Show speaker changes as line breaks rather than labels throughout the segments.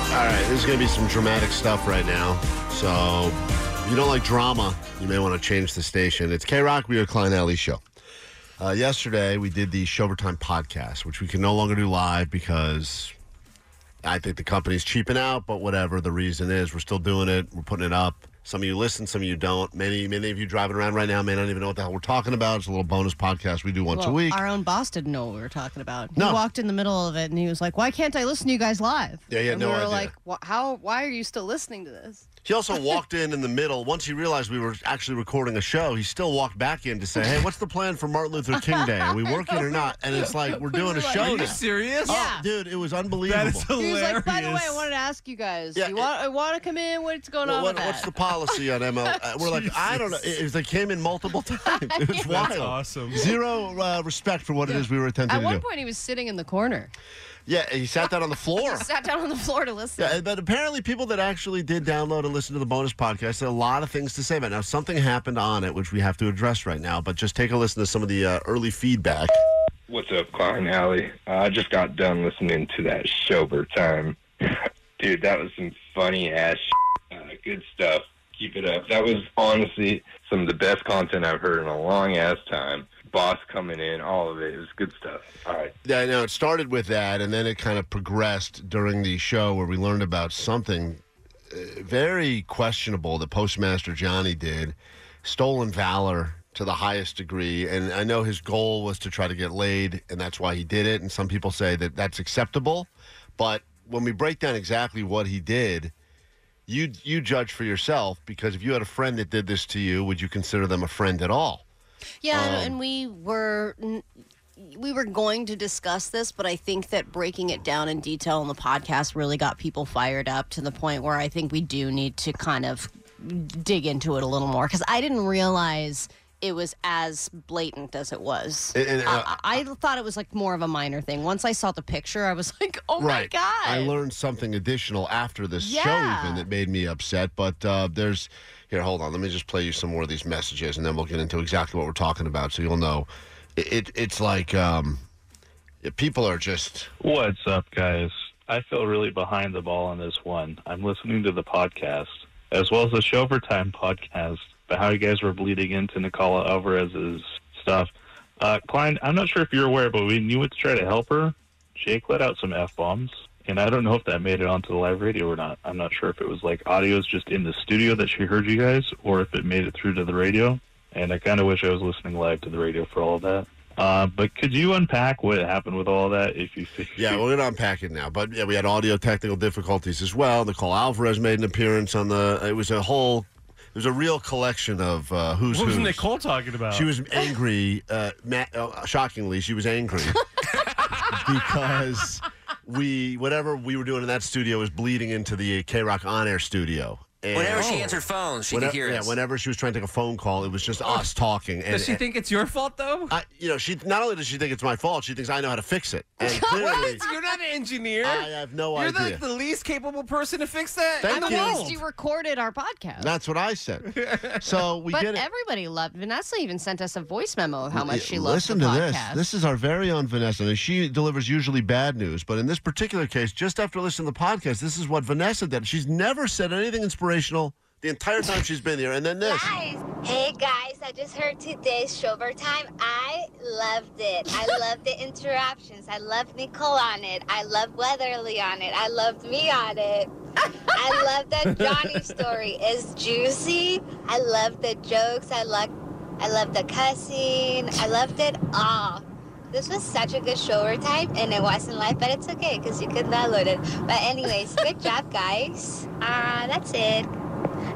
All right, there's going to be some dramatic stuff right now. So if you don't like drama, you may want to change the station. It's K Rock, we are Klein Alley Show. Uh, yesterday, we did the Showtime podcast, which we can no longer do live because I think the company's cheaping out, but whatever the reason is, we're still doing it. We're putting it up. Some of you listen, some of you don't. Many, many of you driving around right now may not even know what the hell we're talking about. It's a little bonus podcast we do once a
Well,
week.
Our own boss didn't know what we were talking about.
No.
He walked in the middle of it and he was like, "Why can't I listen to you guys live?"
Yeah, he had
and
no
we were
idea.
like, "Wha- "How? Why are you still listening to this?"
He also walked in in the middle. Once he realized we were actually recording a show, he still walked back in to say, "Hey, what's the plan for Martin Luther King Day? Are we working or not?" And it's like we're doing a show
Are
now.
you serious?
Oh, dude, it was unbelievable.
That is
He
hilarious.
was like, "By the way, I wanted to ask you guys.
Yeah,
you
it-
want? I want to come in. What's going
Well,
on
what-
with
what's
that?"
the policy on ML? Uh, we're like, I don't know. It, it was- they came in multiple times. It was wild.
That's awesome.
Zero uh, respect for what it is we were attempting
At
to
one
do.
point, he was sitting in the corner,
yeah, he sat down on the floor.
sat down on the floor to listen.
Yeah, but apparently people that actually did download and listen to the bonus podcast had a lot of things to say about it. Now, something happened on it, which we have to address right now, but just take a listen to some of the uh, early feedback.
What's up, Klein Alley? Uh, I just got done listening to that Sober Time. Dude, that was some funny ass shit. uh, Good stuff. Keep it up. That was honestly some of the best content I've heard in a long ass time. Boss coming in, all of it. It was good stuff. All right.
Yeah, I know it started with that, and then it kind of progressed during the show where we learned about something uh, very questionable that Postmaster Johnny did stolen valor to the highest degree. And I know his goal was to try to get laid, and that's why he did it. And some people say that that's acceptable, but when we break down exactly what he did, you you judge for yourself because if you had a friend that did this to you, would you consider them a friend at all?
Yeah, um, and- and we were n- we were going to discuss this, but I think that breaking it down in detail on the podcast really got people fired up to the point where I think we do need to kind of dig into it a little more because I didn't realize it was as blatant as it was.
And- and, uh,
I, I thought it was like more of a minor thing. Once I saw the picture, I was like, "Oh
right.
my god!"
I learned something additional after this show
Yeah.
even that made me upset. But uh, there's here. Hold on. Let me just play you some more of these messages, and then we'll get into exactly what we're talking about, so you'll know. It, it it's like um, people are just
What's up, guys? I feel really behind the ball on this one. I'm listening to the podcast, as well as the Showtime podcast, about how you guys were bleeding into Nicola Alvarez's stuff. Uh, Klein, I'm not sure if you're aware, but when you went to try to help her, Jake let out some F bombs, and I don't know if that made it onto the live radio or not. I'm not sure if it was like audio's just in the studio that she heard you guys, or if it made it through to the radio. And I kind of wish I was listening live to the radio for all of that. Uh, but could you unpack what happened with all that if you think
Yeah, we're gonna unpack it now. But yeah, we had audio technical difficulties as well. Nicole Alvarez made an appearance on the. It was a whole. It was a real collection of uh, who's
What was
who's.
Nicole talking about?
She was angry. Uh, ma- uh, shockingly, she was angry because we whatever we were doing in that studio was bleeding into the K Rock on air studio. And
Whenever she
Oh.
answered phones, she
whenever,
could hear
yeah,
us.
whenever she was trying to take a phone call, it was just us talking. And,
Does Oh. she think it's your fault though?
I, you know, she not only does she think it's my fault, she thinks I know how to fix it. And clearly,
You're not an engineer.
I have no
You're
idea.
like the least capable person to fix that
Thank
in the
you.
At
world.
least you recorded our podcast.
That's what I said. So we
but
get it.
everybody loved Vanessa. Even sent us a voice memo of how much she loves
Listen
the
to
podcast.
this. This is our very own Vanessa. and she delivers usually bad news, but in this particular case, just after listening to the podcast, this is what Vanessa did. She's never said anything inspirational the entire time she's been here, and then this.
Guys, hey guys, I just heard today's Shover Time. I loved it. I loved the interruptions. I loved Nicole on it. I loved Weatherly on it. I loved me on it. I love that Johnny story. It's juicy. I love the jokes. I love, I love the cussing. I loved it all. This was such a good show or time, and it wasn't live, but it's okay because you could download it. But anyways, good job, guys. Uh, that's it.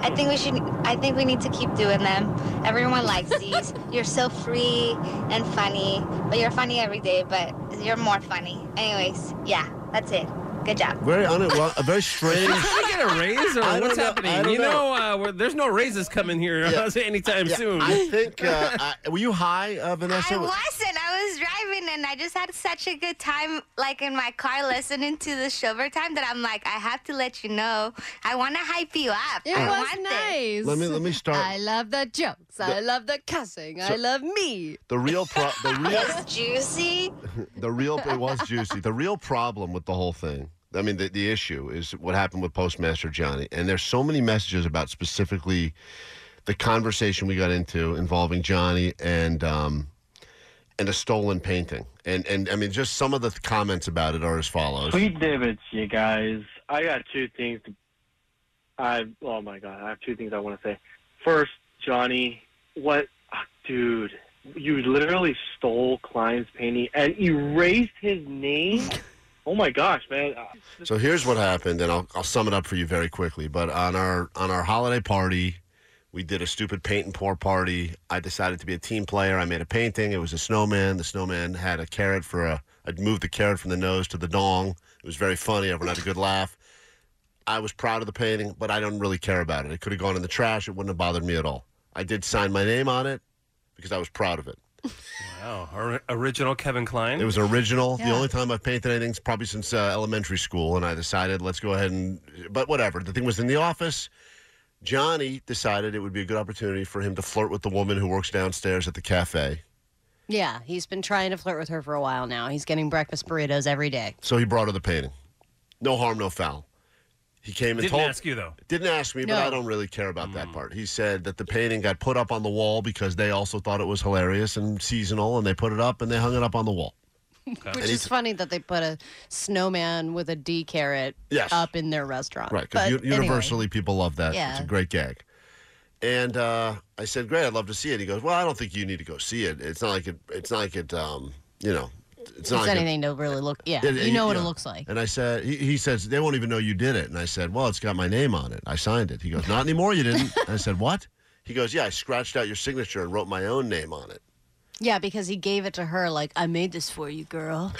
I think we should. I think we need to keep doing them. Everyone likes these. You're so free and funny, but you're funny every day. But you're more funny. Anyways, yeah, that's it. Good job.
Very un- well, a very strange.
I get a raise or
I don't
what's
know. I
happening?
don't
You know, uh, we're, there's no raises coming here
Yeah.
anytime
Yeah,
soon.
I think. Uh, I, were you high, uh, Vanessa?
I wasn't. I was driving and I just had such a good time, like in my car, listening to the show over time that I'm like, I have to let you know. I want to hype you up.
It
I
was
want this.
nice.
Oh. Let me let me start.
I love the jokes. I love the cussing. I love me.
The real pro- the real
It's juicy.
the real it was juicy. The real problem with the whole thing. I mean, the, the issue is what happened with Postmaster Johnny, and there's so many messages about specifically the conversation we got into involving Johnny and um, and a stolen painting, and and I mean, just some of the th- comments about it are as follows.
Sweet divots, you guys. I got two things. To, I oh my god, I have two things I want to say. First, Johnny, what, ah, dude? You literally stole Klein's painting and erased his name. Oh my gosh, man! Uh,
So here's what happened, and I'll, I'll sum it up for you very quickly. But on our on our holiday party, we did a stupid paint and pour party. I decided to be a team player. I made a painting. It was a snowman. The snowman had a carrot for a. I'd moved the carrot from the nose to the dong. It was very funny. Everyone had a good laugh. I was proud of the painting, but I don't really care about it. It could have gone in the trash. It wouldn't have bothered me at all. I did sign my name on it because I was proud of it.
Wow, or- Oh, original Kevin Klein.
It was original. The only time I've painted anything is probably since uh, elementary school, and I decided let's go ahead and. But whatever. The thing was in the office. Johnny decided it would be a good opportunity for him to flirt with the woman who works downstairs at the cafe.
Yeah, he's been trying to flirt with her for a while now. He's getting breakfast burritos every day.
So he brought her the painting. No harm, no foul. He came and
Didn't
told.
ask you Mm. though.
Didn't ask me, but
No.
I don't really care about that part. He said that the painting got put up on the wall because they also thought it was hilarious and seasonal, and they put it up and they hung it up on the wall.
Which is funny that they put a snowman with a D carrot
Yes.
up in their restaurant.
Right, because
But anyway.
universally people love that. It's
Yeah.
a great gag. And uh, I said, "Great, I'd love to see it." He goes, "Well, I don't think you need to go see it. It's not like it. It's not like it. Um, you know, it's not
It's
like it-
anything to really look. Yeah,
it-
you know what it
yeah."
looks like.
And I said, he, he says they won't even know you did it. And I said, well, it's got my name on it. I signed it. He goes, not anymore. You didn't. And I said, what? He goes, yeah, I scratched out your signature and wrote my own name on it.
Yeah, because he gave it to her like, "I made this for you, girl."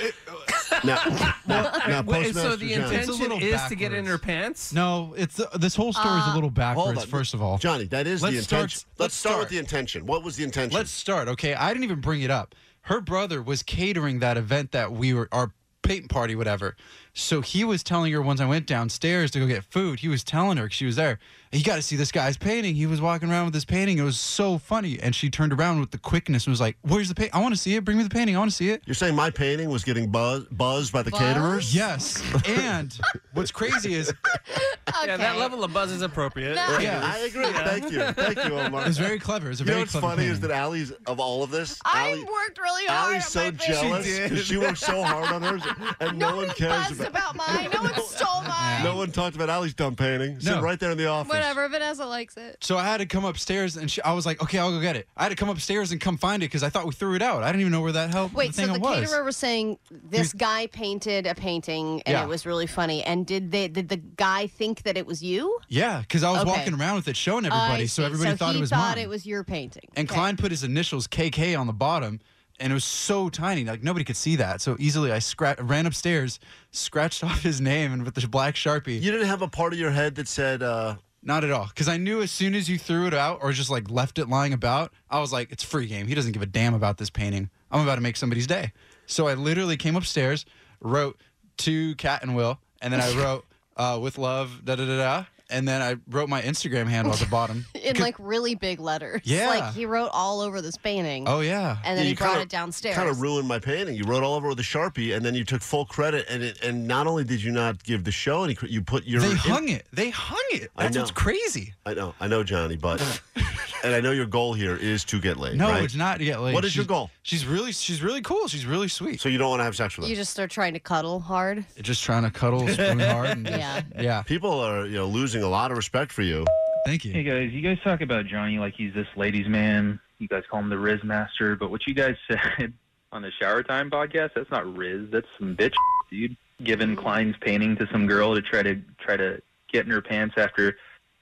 Now, now, now
Wait, so
Postmaster
the
Johnny-
intention is
little
to get in her
backwards.
pants?
No, it's uh, this whole story is a little
hold
backwards.
on.
First of all,
Johnny, that is the
Let's start-
intention. let's,
let's
start, with
start.
the intention. What was the intention?
Let's start. Okay, I didn't even bring it up. Her brother was catering that event that we were our paint party, whatever. So he was telling her once I went downstairs to go get food. He was telling her 'cause she was there. You got to see this guy's painting. He was walking around with this painting. It was so funny. And she turned around with the quickness and was like, "Where's the paint? I want to see it. Bring me the painting. I want to see it."
You're saying my painting was getting buzz, buzzed by the caterers?
Yes. And what's crazy is
Yeah, that level of buzz is appropriate.
Yeah.
I agree. Thank you. Thank you, Omar.
it's very clever. It's a
you know
very
what's
clever
funny is that
painting.
Allie's of all of this.
I
Allie,
worked really hard.
Allie's
on
so
my face.
jealous
She did.
because she worked so hard on hers, and no, one
Nobody
cares
buzzed
about.
about mine. No one stole mine.
no one talked about Allie's dumb painting. Sitting
No.
right there in the office.
Whatever. Vanessa likes it.
So I had to come upstairs and she, I was like, okay, I'll go get it. I had to come upstairs and come find it because I thought we threw it out. I didn't even know where that hell
Wait,
the thing
so the
was.
caterer was saying this guy painted a painting and
Yeah.
it was really funny. And did they did the guy think that it was you?
Yeah, because I was
Okay.
walking around with it, showing everybody,
I
so
see.
everybody
so
thought
he
it was
thought
mine.
it was your painting.
and
Okay.
Klein put his initials KK on the bottom, and it was so tiny, like nobody could see that. So easily, I scra- ran upstairs, scratched off his name, and with the black sharpie.
You didn't have a part of your head that said, uh,
Not at all, because I knew as soon as you threw it out or just like left it lying about, I was like, it's free game. He doesn't give a damn about this painting. I'm about to make somebody's day. So I literally came upstairs, wrote to Cat and Will, and then I wrote uh, with love, da da da da, and then I wrote my Instagram handle at the bottom.
in like really big letters.
Yeah.
Like he wrote all over this painting.
Oh yeah.
And then
Yeah,
he
you
brought
kinda-
it downstairs.
kind of ruined my painting. You wrote all over with a sharpie, and then you took full credit. And it, and not only did you not give the show any, cre- you put your
They hung it. They hung it.
I
That's
know.
what's crazy.
I know, I know, Johnny, but and I know your goal here is to get laid.
No,
right?
it's not yet late.
What is your
She's-
goal?
She's really she's really cool. She's really sweet.
So you don't want to have sex with
You
them.
just are trying to cuddle hard.
Just trying to cuddle, spoon hard. And just-
Yeah.
yeah.
People are you know losing a lot of respect for you.
Thank you.
Hey guys, you guys talk about Johnny like he's this ladies' man. You guys call him the Riz Master, but what you guys said on the Shower Time podcast, that's not Riz. That's some bitch, dude. Giving Klein's painting to some girl to try to try to get in her pants after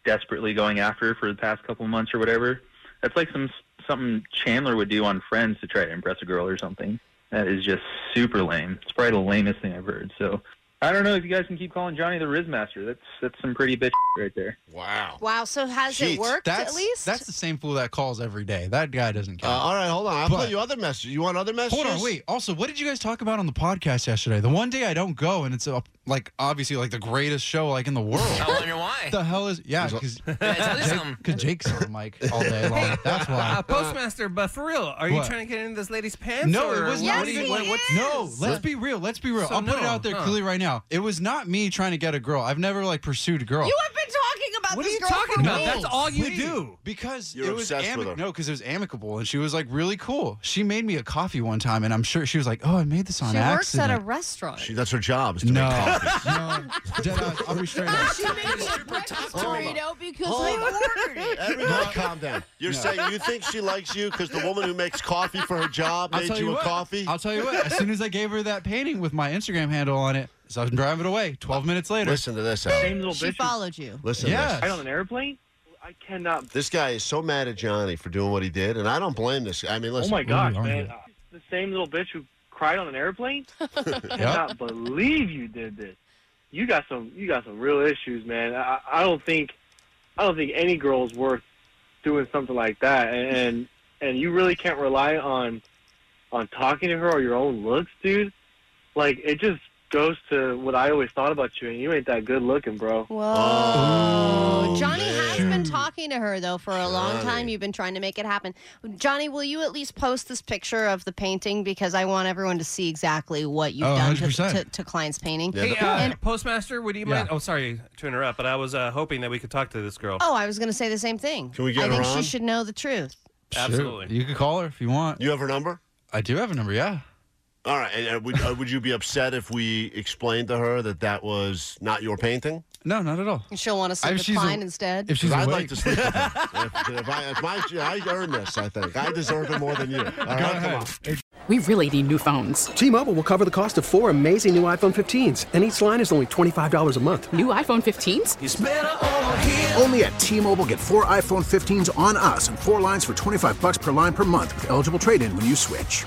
desperately going after her for the past couple months or whatever. That's like some something Chandler would do on Friends to try to impress a girl or something. That is just super lame. It's probably the lamest thing I've heard. So I don't know if you guys can keep calling Johnny the Riz Master. That's that's some pretty bitch right there.
Wow.
Wow. So has
Sheets.
it worked
That's
at least?
that's the same fool that calls every day. That guy doesn't
Uh,
count.
all right, hold on. I'll
But-
play you other messages. You want other messages?
Hold on, wait. Also, what did you guys talk about on the podcast yesterday? The one day I don't go, and it's uh, like obviously like the greatest show like in the world. What
wonder why.
the hell is yeah?
There's a-
Because
tell you something.
Jake's on the mic all day long. That's
Uh,
why.
Postmaster, but for real, are you
What?
trying to get into this lady's pants?
No,
or
it was
what
not
do you-
even.
what- what-
No, let's be real. Let's be real.
So
I'll put it
no,
out there
huh.
clearly right now. It was not me trying to get a girl. I've never like pursued a girl.
you have been talking about
What are
this
you
girl
talking
for
about?
weeks.
That's all you
Wait,
do.
because
You're
it was
obsessed with her.
no, because it was amicable, and she was like really cool. She made me a coffee one time, and I'm sure she was like, "Oh, I made this on
She
accident."
works at a restaurant.
She, that's her job. Is to make
No,
coffee.
no. Dead eyes. I'll be straight up.
She made me a breakfast
Oh
burrito because
Hold on.
I ordered it.
Everybody, calm down. You're saying you think she likes you because the woman who makes coffee for her job
I'll
made
tell
you,
you
a
what.
coffee?
I'll tell you what. As soon as I gave her that painting with my Instagram handle on it, so I was driving away. Twelve minutes later,
Listen to this, Al.
Same little
She
bitch.
followed you.
Listen to this.
Yeah.
Right on an airplane? I cannot. oh
This guy is so mad at Johnny for doing what he did, and I don't blame this. guy. I mean,
Oh
listen.
my gosh,
Ooh,
man.
I'm-
The same little bitch who cried on an airplane? I
yeah,
cannot believe you did this. You got some you got some real issues, man. I, I don't think I don't think any girl's worth doing something like that and and you really can't rely on on talking to her or your own looks, dude. Like it just goes to what I always thought about you and you ain't that good looking, bro.
Whoa.
Oh,
Johnny has
man.
been talking to her though for a long
Johnny.
time. You've been trying to make it happen. Johnny, will you at least post this picture of the painting because I want everyone to see exactly what you've
Oh,
done to,
100%.
to, to Klein's painting?
Yeah,
Hey,
the-
uh, Postmaster, would you
Yeah.
mind? Oh, sorry to interrupt, but I was uh, hoping that we could talk to this girl.
Oh, I was going to say the same thing.
Can we get
I
her
think
on?
she should know the truth.
Absolutely.
Sure. You could call her if you want.
you have her number?
I do have a number. Yeah.
All right. And uh, would, uh, would you be upset if we explained to her that that was not your painting?
No, not at all.
And She'll want to
I-
sleep with
she's a-
Klein instead.
If she's
'Cause I'd like
awake,
to sleep with her. if, if I, if my, I earned this, I think. I deserve it more than you. All right, come on.
We really need new phones.
T-Mobile will cover the cost of four amazing new iPhone 15s, and each line is only $25 a month.
New iPhone 15s?
Only at T-Mobile get four iPhone 15s on us and four lines for 25 bucks per line per month with eligible trade-in when you switch.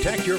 Protect your